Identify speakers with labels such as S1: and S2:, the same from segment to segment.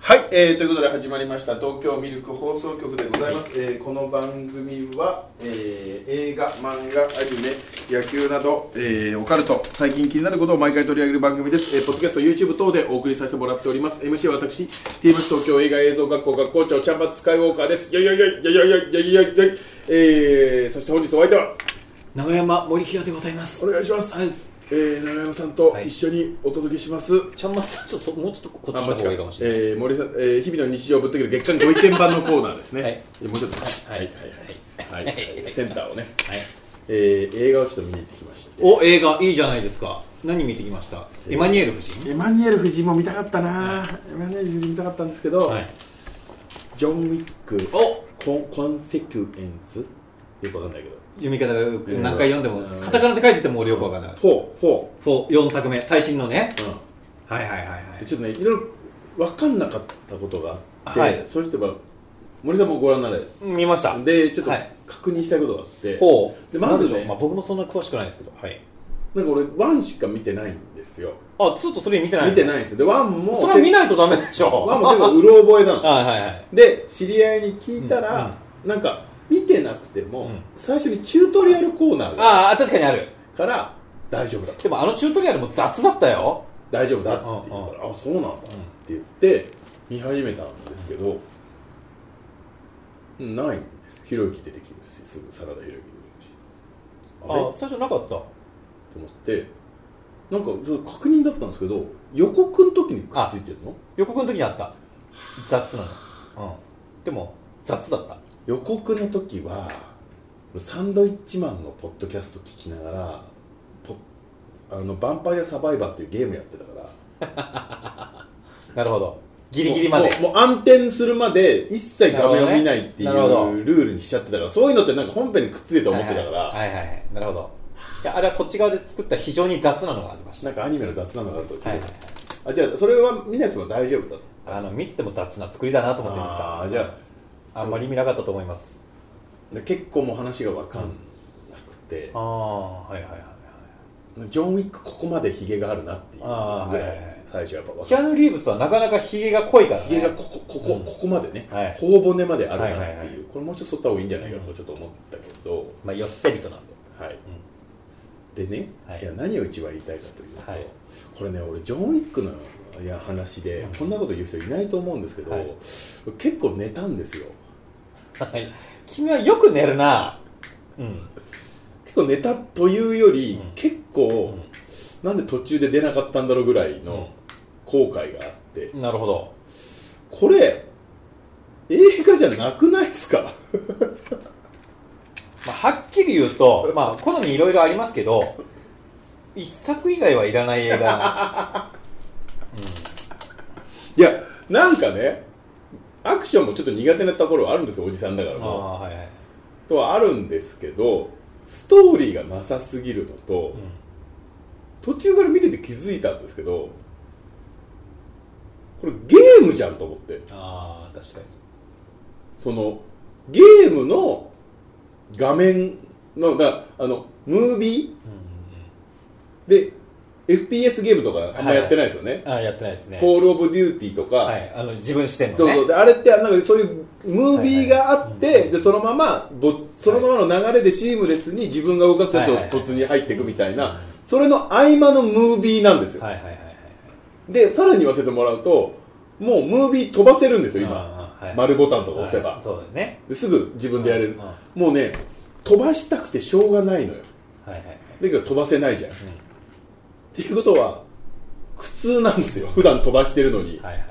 S1: はい、えー、ということで始まりました東京ミルク放送局でございます、えーこの番組は、えー映画漫画アニメ野球など、えーオカルト最近気になることを毎回取り上げる番組です、えーポッドキャスト YouTube 等でお送りさせてもらっております MC は私 TMS 東京映画映像学校学校長チャンバツスカイウォーカーですよいよいよいよいよいよいよいよいよいよいえーそして本日お相手は
S2: 長山森平でございます
S1: お願いします、
S2: はい
S1: えー、長山さんと一緒にお届けします、
S2: ちゃんまさんちょっともうちょっとこっ
S1: あ
S2: ち
S1: 間
S2: の
S1: 違
S2: 方がいいかもしれない、
S1: えー森さん、えー日々の日常をぶった切る月間ご意見版のコーナーですね。
S2: はい
S1: もうちょっと。
S2: はい
S1: はいはいはいセンターをね、
S2: はい
S1: えー映画をちょっと見に行ってきまして。
S2: お映画いいじゃないですか何見てきましたエマニュエル夫人
S1: エマニュエル夫人も見たかったな、エマニュエル夫人見たかったんですけど、
S2: はい
S1: ジョン・ウィック、
S2: お
S1: コンコンセクエンスよくわかんないけど、
S2: 読み方がよく何回読んでも
S1: うん
S2: カタカナで書いてても俺よくわからない
S1: フォー、フォ
S2: そう4作目最新のね
S1: ー、
S2: はいはいはいは
S1: で
S2: い
S1: ちょっとね、いろいろ分かんなかったことがあって、
S2: はい
S1: そしてば森さんもご覧になれ、
S2: 見ました
S1: で、ちょっと
S2: はい
S1: 確認したいことがあって、
S2: ほう
S1: でまずね
S2: なんでしょうまあ、僕もそんな詳しくないですけどはい
S1: なんか俺、ワンしか見てないんですよ。
S2: あちょっとそれ見てない
S1: 見てないんですよでワンも
S2: それは見ないとダメでしょ
S1: ワンも結構うろ覚えなの
S2: はいはいはい
S1: で知り合いに聞いたら、なんか見てなくても、
S2: うん
S1: 最初にチュートリアルコーナーが
S2: ああ確かにある
S1: から大丈夫だ
S2: でもあのチュートリアルも雑だったよ
S1: 大丈夫だって言うからあそうなんだって言って見始めたんですけど、ないんですひろゆき出てきるしすぐ真田広之出てくるしあれ
S2: あ最初なかった
S1: と思ってなんかちょっと確認だったんですけど予告の時にくっついてるの
S2: 予告の時にあった雑なの、うん、でも雑だった
S1: 予告の時はサンドイッチマンのポッドキャスト聞きながらポあのヴァンパイアサバイバーっていうゲームやってたから
S2: なるほどギリギリまで
S1: もうもうもう暗転するまで一切画面を見ないっていう
S2: なるほどね
S1: ルールにしちゃってたからそういうのってなんか本編にくっついて思ってたから、
S2: はいはいはいはいはいなるほどいやあれはこっち側で作った非常に雑なのがありました
S1: なんかアニメの雑なのがあると聞いて
S2: はいはいはい
S1: あじゃあそれは見なくても大丈夫だと
S2: あの見てても雑な作りだなと思ってました
S1: あーじゃ
S2: あんまり見なかったと思います
S1: で結構もう話が分かんなくて
S2: ああはいはいはいはい
S1: ジョン・ウィックここまでヒゲがあるなっていうぐ
S2: あーはいは
S1: ら
S2: いはい
S1: い最初やっぱ分
S2: キ
S1: か
S2: ア
S1: る
S2: ヌ・リーブスはなかなかヒゲが濃いから
S1: ヒゲ
S2: ね
S1: がここここ、
S2: うん
S1: ここまでね、
S2: はい
S1: 頬骨まであるなっていう、
S2: はいはいはい
S1: これもうちょっと剃った方がいいんじゃないかとちょっと思ったけど、
S2: まあよっせりとなんで
S1: はいでね、
S2: はい
S1: い、や何を一番言いたいかというと、
S2: はい
S1: これね俺ジョン・ウィックのいや話で、
S2: うん
S1: こんなこと言う人いないと思うんですけど、
S2: はい
S1: 結構寝たんですよ
S2: はい君はよく寝るなうん
S1: 結構寝たというより、
S2: うん
S1: 結構、なんで途中で出なかったんだろうぐらいの後悔があって、
S2: なるほど
S1: これ映画じゃなくないですか
S2: まあ、はっきり言うと、まあ、好みいろいろありますけど、一作以外はいらない映画 だ
S1: いやなんかねアクションもちょっと苦手なところはあるんですよおじさんだから
S2: な。
S1: もう
S2: はいはい。
S1: とはあるんですけどストーリーがなさすぎるのと、途中から見てて気づいたんですけどこれゲームじゃんと思って
S2: ああ、確かに。
S1: そのゲームの画面のだあのムービーで FPS ゲームとかあんまやってないですよね、
S2: ああ、やってないですね。
S1: コール・オブ・デューティーとか、
S2: はい、あの、自分視点の
S1: そう
S2: ね。
S1: そうであれってなんかそういうムービーがあって、
S2: はいはいうん
S1: でそのままぼそのままの流れでシームレスに自分が動かすやつを
S2: はいはいはい
S1: 突に入っていくみたいな、それの合間のムービーなんですよ、
S2: はいはいはいはい。
S1: でさらに言わせてもらうともうムービー飛ばせるんですよ今、
S2: あーはい
S1: 丸ボタンとか押せば、
S2: はいそうだよね。
S1: ですぐ自分でやれる
S2: うん、
S1: もうね飛ばしたくてしょうがないのよ
S2: はいはいはい。
S1: だけど飛ばせないじゃん、っていうことは苦痛なんですよ普段飛ばしてるのに、
S2: はいはいはい。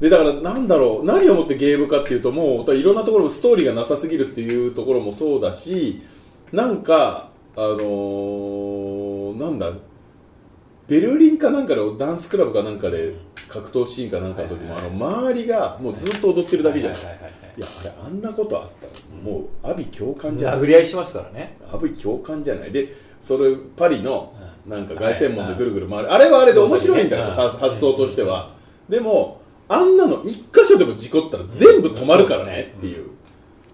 S1: でだからなんだろう何をもってゲームかっていうともういろんなところもストーリーがなさすぎるっていうところもそうだしなんかあのーなんだベルリンかなんかのダンスクラブかなんかで格闘シーンかなんかの時もあの周りがもうずっと踊ってるだけじゃない
S2: はいはいはい
S1: やあれあんなことあったのもう阿鼻共感じゃ
S2: は。
S1: ないい
S2: 殴り合いしますからね。
S1: 阿鼻共感じゃないでそれパリの
S2: うん
S1: なんか凱旋門でぐるぐる回る、あれはあれで面白いんだよ、
S2: うん
S1: 発発想としては、でもあんなの一箇所でも事故ったら全部止まるからねっていう、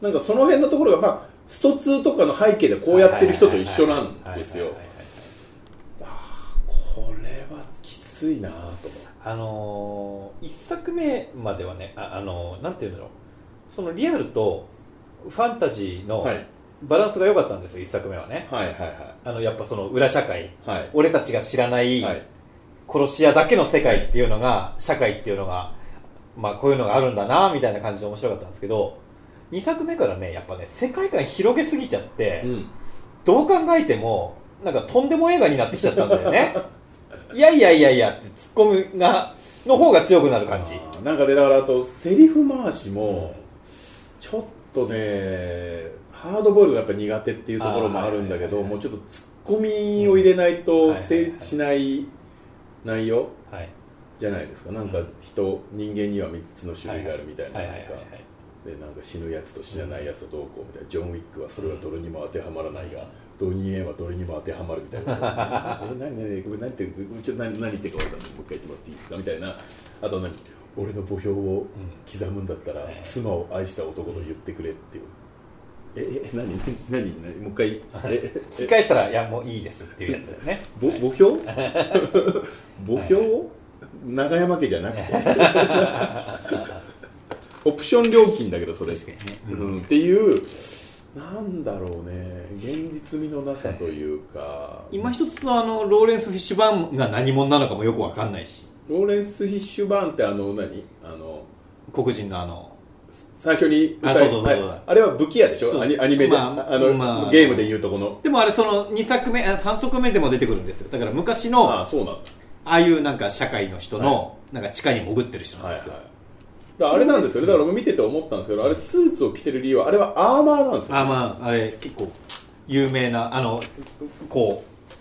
S1: なんかその辺のところがまあスト2とかの背景でこうやってる人と一緒なんですよ
S2: はいはいはいはいはいはいはいはい
S1: これはきついなと思って
S2: あのー、1作目まではねあ、あのーなんていうんだろうそのリアルとファンタジーの
S1: はい
S2: バランスが良かったんですよ、1作目はね
S1: はいは
S2: あのやっぱその裏社会
S1: いはい
S2: 俺たちが知らない
S1: はいはい
S2: 殺し屋だけの世界っていうのが社会っていうのが、まあ、こういうのがあるんだなみたいな感じで面白かったんですけど2作目からねやっぱね世界観広げすぎちゃって、
S1: うん
S2: どう考えてもなんかとんでも映画になってきちゃったんだよね いやいやいやいやってツッコミがの方が強くなる感じ
S1: あーなんかでだからあとセリフ回しもちょっとねハードボイルドがやっぱ苦手っていうところもあるんだけ
S2: あ
S1: ど
S2: ーはい
S1: も
S2: はいはいはい
S1: うちょっとツッコミを入れない
S2: うん
S1: と
S2: はいはいはい
S1: 成立しない内容
S2: はい
S1: じゃないですかなんか人人間には3つの種類があるみたいな
S2: はい
S1: なん
S2: はいはい
S1: かでなんか死ぬやつと死なないやつとどうこうみたいなジョン・ウィックはそれはどれにも当てはまらないがドニー・エンはどれにも当てはまるみたいなえ何何ごめん何言ってごめんちょっと何何言ってるか分かんないもう一回言ってもらっていいですかみたいなあと何俺の墓標を刻むんだったら、
S2: はい
S1: 妻を愛した男と言ってくれっていうええ何何何もう一回え
S2: 聞き返したらいやもういいですっていうやつだよね
S1: ぼ墓標 墓標を長山家じゃなくて オプション料金だけどそれ
S2: 確かにね
S1: うんっていうなんだろうね現実味のなさというか、
S2: 今一つあのローレンス・フィッシュバーンが何者なのかもよくわかんないし
S1: ローレンス・フィッシュバーンってあの何あの
S2: 黒人のあの
S1: 最初に
S2: あそうそうそうそう
S1: はいあれは武器屋でし
S2: そう
S1: ょアニアニメで、
S2: まあ
S1: あ、の、
S2: まあ
S1: ゲームでいうとこの
S2: でもあれその2作目あ3作目でも出てくるんですよだから昔の
S1: あ
S2: あ
S1: あそうなんだ
S2: あいうなんか社会の人の、なんか地下に潜ってる人なん
S1: はい
S2: で
S1: はい
S2: すよ、
S1: だからあれなんですよねだから見てて思ったんですけどあれスーツを着てる理由はあれはアーマーなんですよ
S2: あまああれ結構有名なあのこう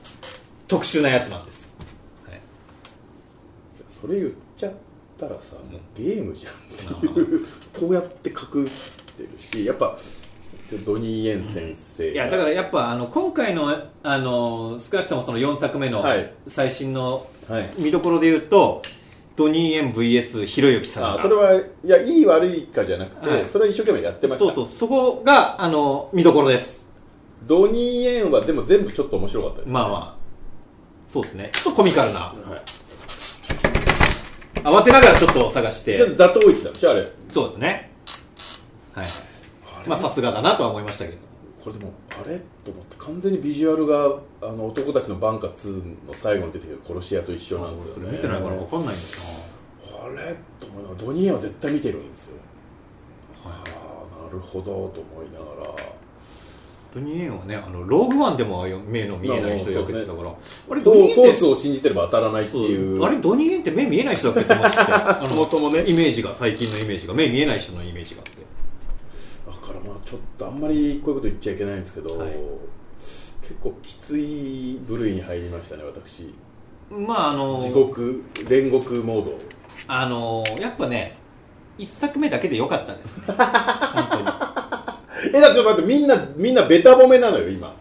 S2: 特殊なやつなんです、はい
S1: それ言っちゃったらさもうゲームじゃんっていうこうやって隠してるしやっぱドニー・エン先生
S2: いやだからやっぱあの今回のあの少なくともその4作目の
S1: はい
S2: 最新の
S1: らはい
S2: 見どころで言うと、ドニー・エン VS ひろゆきさん
S1: あ
S2: が
S1: それはいやいい悪いかじゃなくて、
S2: はい
S1: それは一生懸命やってました
S2: そうそうそこがあの見どころです
S1: ドニー・エンはでも全部ちょっと面白かったです、
S2: まあまあそうですねちょっとコミカルな
S1: あ、はい、
S2: 慌てながらちょっと探し
S1: じゃあ
S2: て
S1: ザトウイチなんでしょあれ
S2: そうですねはいまあさすがだなとは思いましたけど
S1: これでもあれと思って完全にビジュアルがあの男たちのバンカ2の最後に出てくる殺し屋と一緒なんですよね
S2: 見てないから分かんないんですよ
S1: あれと思いながらドニーエンは絶対見てるんですよ、ああなるほどと思いながら
S2: ドニーエンはねあのローグワンでも目の見えない人役だから、あれ
S1: コ
S2: ドニーエン
S1: ー
S2: って
S1: コースを信じてれば当たらないっていう
S2: あれドニーエンって目見えない人だっけって思っててあ
S1: そもそもね
S2: イメージが最近のイメージが目見えない人のイメージがあって
S1: だからまあちょっとあんまりこういうこと言っちゃいけないんですけど、
S2: はい
S1: 結構きつい部類に入りましたね私
S2: まああの
S1: 地獄煉獄モード
S2: あのやっぱね一作目だけで良かった ですね本当に
S1: えだって待ってみんなみんなベタ褒めなのよ今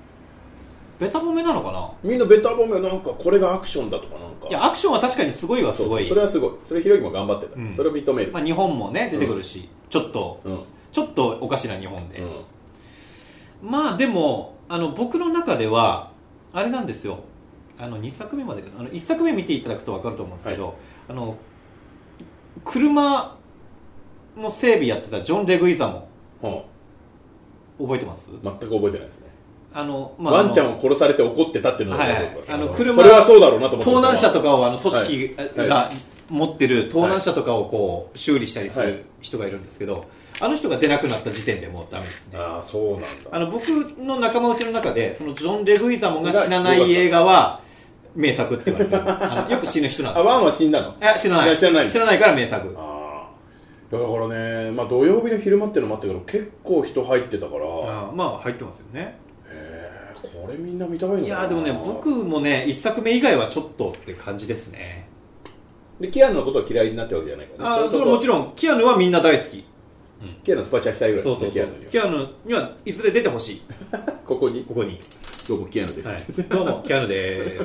S2: ベタ褒めなのかな
S1: みんなベタ褒めなんかこれがアクションだとかなんか
S2: いやアクションは確かにすごいはす
S1: そう
S2: ごい
S1: それはすごいそれひろゆきも頑張ってた、
S2: うん
S1: それを認める、
S2: まあ、日本もね出てくるし、ちょっと
S1: うんうん
S2: ちょっとおかしな日本で、まあでもあの僕の中ではあれなんですよあの2作目までかなあの1作目見ていただくと分かると思うんですけど、あの車の整備やってたジョン・レグイザも
S1: は
S2: 覚えてます、
S1: あ全く覚えてないですね、
S2: あの、まあ、
S1: ワンちゃ
S2: あ
S1: ん
S2: の
S1: を殺されて怒ってたっていうのが
S2: はいはい
S1: 覚えてます
S2: あの車
S1: それはそうだろうなと思って
S2: 盗難車とかをあの組織
S1: はい
S2: が持ってる盗難車とかをこう修理したりす
S1: は
S2: る
S1: い
S2: 人がいるんですけどあの人が出なくなった時点でもうダメですね
S1: ああそうなんだ
S2: あの僕の仲間内の中でそのジョン・レグイザモンが死なない映画は名作って言われてるあ のよく死ぬ人なんで
S1: あ
S2: す
S1: ワンは死んだの
S2: いや知らないい
S1: や知らない
S2: から名作
S1: ああだからね、まあ、土曜日の昼間っていうのもあったけど結構人入ってたから
S2: あまあ入ってますよね
S1: へえこれみんな見たいのかない
S2: やーでもね僕もね一作目以外はちょっとって感じですね
S1: でキアヌのことは嫌いになったわけじゃないから
S2: あーそれはもち
S1: ん
S2: ろんキアヌはみんな大好き
S1: キアヌスパチャしたいぐらい
S2: そ
S1: で
S2: う
S1: す
S2: そ
S1: ね
S2: うそう
S1: キ
S2: キ
S1: アヌに
S2: アヌにはいずれ出てほしい
S1: はここに
S2: ここに
S1: どうもキアヌです
S2: は
S1: はいい、
S2: どうも、キャヌで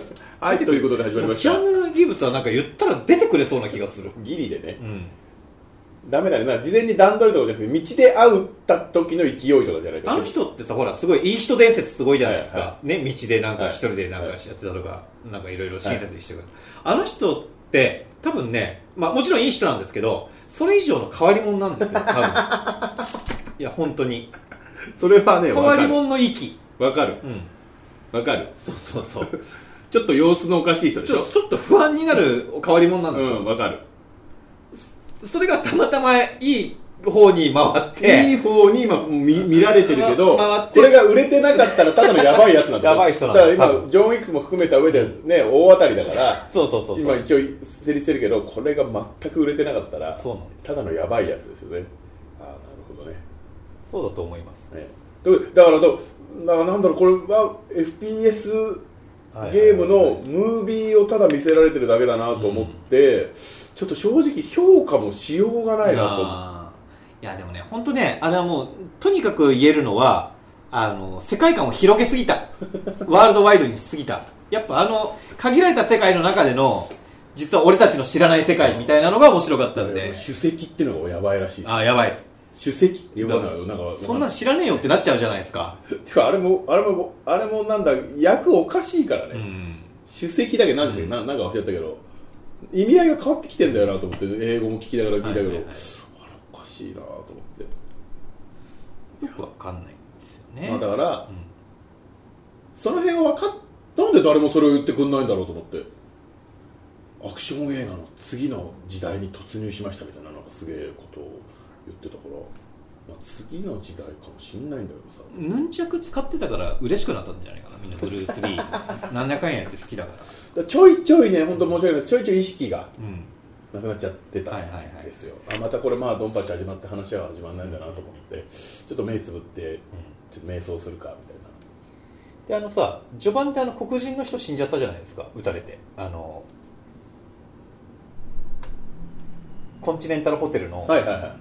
S2: ーす。
S1: ということで始まりまし
S2: キ
S1: た
S2: ャヌ・リーブスはなんか言ったら出てくれそうな気がする。
S1: ギリでね
S2: うん。
S1: ダメだねなんか事前に段取りとかじゃなくて道で会った時の勢いとかじゃないと
S2: あの人ってさ、ほら、すごいいい人伝説すごいじゃないですか。
S1: はいは
S2: ね、道でなんか
S1: はい
S2: 一人でなんかやってたとか、なんかいろいろ親切にしてくれる。あの人って多分ね、まあ、もちろんいい人なんですけどそれ以上の変わり者なんですよ多分 いや本当に
S1: それはね
S2: 変
S1: わ
S2: わ
S1: か
S2: り
S1: る
S2: 者の域
S1: わかる
S2: うん
S1: わかる
S2: そうそうそう
S1: ちょっと様子のおかしい人で
S2: ち
S1: し
S2: ょ
S1: ょ
S2: ちょっと不安になる変わり者なん
S1: う
S2: ですよ、
S1: んわかる
S2: それがたまたまいい方に回って
S1: いい方に今見見られてるけど
S2: 回って
S1: これが売れてなかったらただのやばいやつなんだ
S2: やばい人なん
S1: だ
S2: だ
S1: から
S2: 多
S1: 今ジョン・ウィックも含めた上でね大当たりだから
S2: そうそうそうそう
S1: 今一応成立してるけどこれが全く売れてなかったら
S2: そうなんです
S1: ただのやばいやつですよねああなるほどね
S2: そうだと思います、
S1: ねどだからどだからなんだろうこれは FPS
S2: はい
S1: ゲームのムービーをただ見せられてるだけだなと思って、ちょっと正直評価もしようがないなと思う
S2: あーいやでもね本当ねあれはもうとにかく言えるのはあの世界観を広げすぎ たワールドワイドにしすぎたやっぱあの限られた世界の中での実は俺たちの知らない世界みたいなのが面白かったんで
S1: 主席っていうのがやばいらしい
S2: あーやばい
S1: 主席って呼ば
S2: だ
S1: ないなんか
S2: そんなん知らねえよってなっちゃうじゃないですか
S1: てかあれもあれもあれもなんだ役おかしいからね、
S2: うん
S1: 主席だけ何時だっけななんか忘れたけど意味合いが変わってきてんだよなと思って英語も聞きながら聞いたけど、
S2: はいはいはい
S1: あれおかしいなと思って、
S2: よくわかんないんです
S1: ま
S2: よ
S1: あ、
S2: ね
S1: だから
S2: うん
S1: その辺は分かっなんで誰もそれを言ってくんないんだろうと思ってアクション映画の次の時代に突入しましたみたいななんかすげえことを言ってたから、まあ、次の時代かもしんないんだけどさ、
S2: ヌンチャク使ってたから嬉しくなったんじゃないかなみんなブルース・リ ーなんだかんやって好きだから
S1: だからちょいちょいね本当申し訳ないですちょいちょい意識が
S2: う
S1: な
S2: ん
S1: くなっちゃってた
S2: はいはいはい
S1: んですよ、あまたこれまあドンパチ始まって話は始まらないんだなと思ってちょっと目つぶってちょっと瞑想するかみたいな
S2: であのさ序盤ってあの黒人の人死んじゃったじゃないですか撃たれてあのコンチネンタルホテルの、
S1: はいはいはい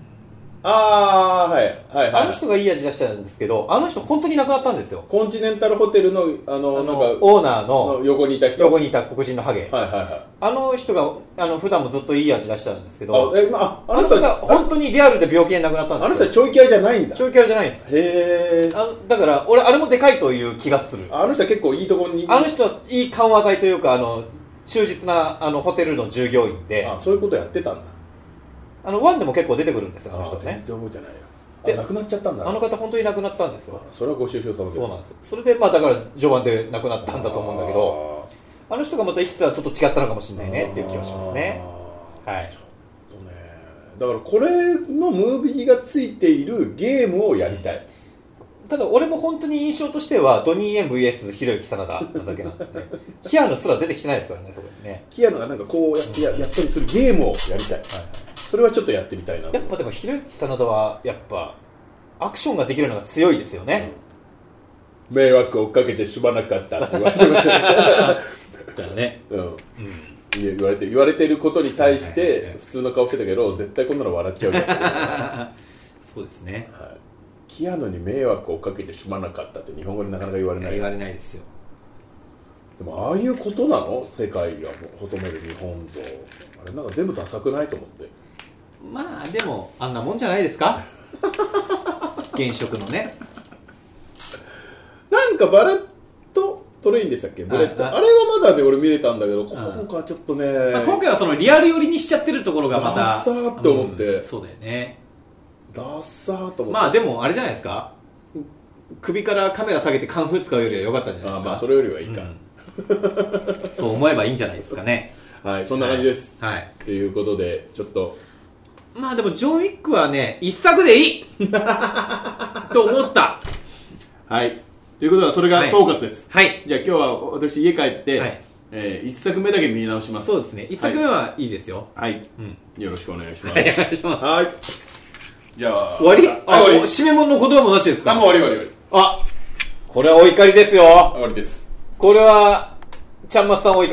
S1: ああーはいはいはい
S2: あの人がいい味出したんですけどあの人本当に亡くなったんですよ
S1: コンチネンタルホテルのあ
S2: あ
S1: の
S2: の
S1: なんか
S2: オーナー
S1: の
S2: の
S1: 横にいた人
S2: 横にいた黒人のハゲ、
S1: はいはいは
S2: あの人があの普段もずっといい味出したんですけど
S1: いあえ、まあ、あ
S2: あ
S1: の
S2: の人
S1: 人
S2: が
S1: あ
S2: 本当にリアルで病気で亡くなったん
S1: あの
S2: です
S1: 人
S2: よ
S1: はちょいキャラじゃないんだへ
S2: 長距離じゃないんです
S1: え
S2: あのだから俺あれもでかいという気がする
S1: あの人は結構いいとこに
S2: あの人はいい緩和剤というかあの忠実なあのホテルの従業員で
S1: あそういうことやってたんだ
S2: あのワンでも結構出てくるんですよ、あの人
S1: ー全
S2: ね。
S1: 然覚えてないよ
S2: で
S1: あ亡くなっちゃったんだ
S2: あの方、本当に亡くなったんですよ。
S1: それはご愁傷様です
S2: そうなんです。それで、まあ、だから、序盤で亡くなったんだと思うんだけど、
S1: ど
S2: あの人がまた生きてたらちょっと違ったのかもしれないねっていう気がしますね。
S1: あー
S2: はい
S1: ちょっとねだからこれのムービーがついているゲームをやりたい、
S2: ただ、俺も本当に印象としては、ドニー・エン VS ひろゆき真田なだけなんで、 キアヌすら出てきてないですからね、そこにね。
S1: キアヌがなんかこうやってややったりするゲームをやりたい、それはちょっとやってみたいなと
S2: やっぱでも、ひろゆき真田は、やっぱ、アクションができるのが強いですよね。
S1: 迷惑をかけてしばなかったって言われてました、
S2: だね。
S1: うん
S2: うん。
S1: いや言われて言われてることに対し
S2: はいはいはい
S1: て
S2: はい
S1: 普通の顔してたけど絶対こんなの笑っちゃうよ、
S2: そうですね。
S1: はい、キアヌに迷惑をかけてしまなかったって日本語でなかなか言われない
S2: 言われないですよ。
S1: でもああいうことなの世界が求める日本像あれなんか全部ダサくないと思って
S2: まあでもあんなもんじゃないです か現職のね
S1: なんかバレットトレインでしたっけブレット
S2: あ
S1: あ
S2: あ
S1: れはまだで俺見れたんだけど今回はちょっとね
S2: まあ今回はそのリアル寄りにしちゃってるところがまた
S1: ダッサーって思って
S2: うんそうだよね
S1: ダッサーと思って
S2: まあでもあれじゃないですか首からカメラ下げてカンフー使うよりは良かったんじゃな
S1: あ
S2: いですか
S1: まあそれよりはいいか、
S2: うんそう思えばいいんじゃないですかね
S1: はいそんな感じです、
S2: はい、はい
S1: ということでちょっと
S2: まあでもジョン・ウィックはね一作でいいと思った
S1: はいということはそれが
S2: はい
S1: 総括です、
S2: はい
S1: じゃあ今日は私家帰って、
S2: はい
S1: え1作目だけ見直します
S2: そうですね一作目はいいですよ、
S1: はい、
S2: うん
S1: よろしくお願いしま
S2: はい、お
S1: す
S2: 願いします
S1: はいじゃあ
S2: 終わり
S1: あ
S2: あ
S1: 終わり
S2: 締め物の言葉もなしですか
S1: あもう終わり終わり終わり
S2: あこれはお怒りですよ
S1: 終わりです
S2: これはちゃんまつさんお怒り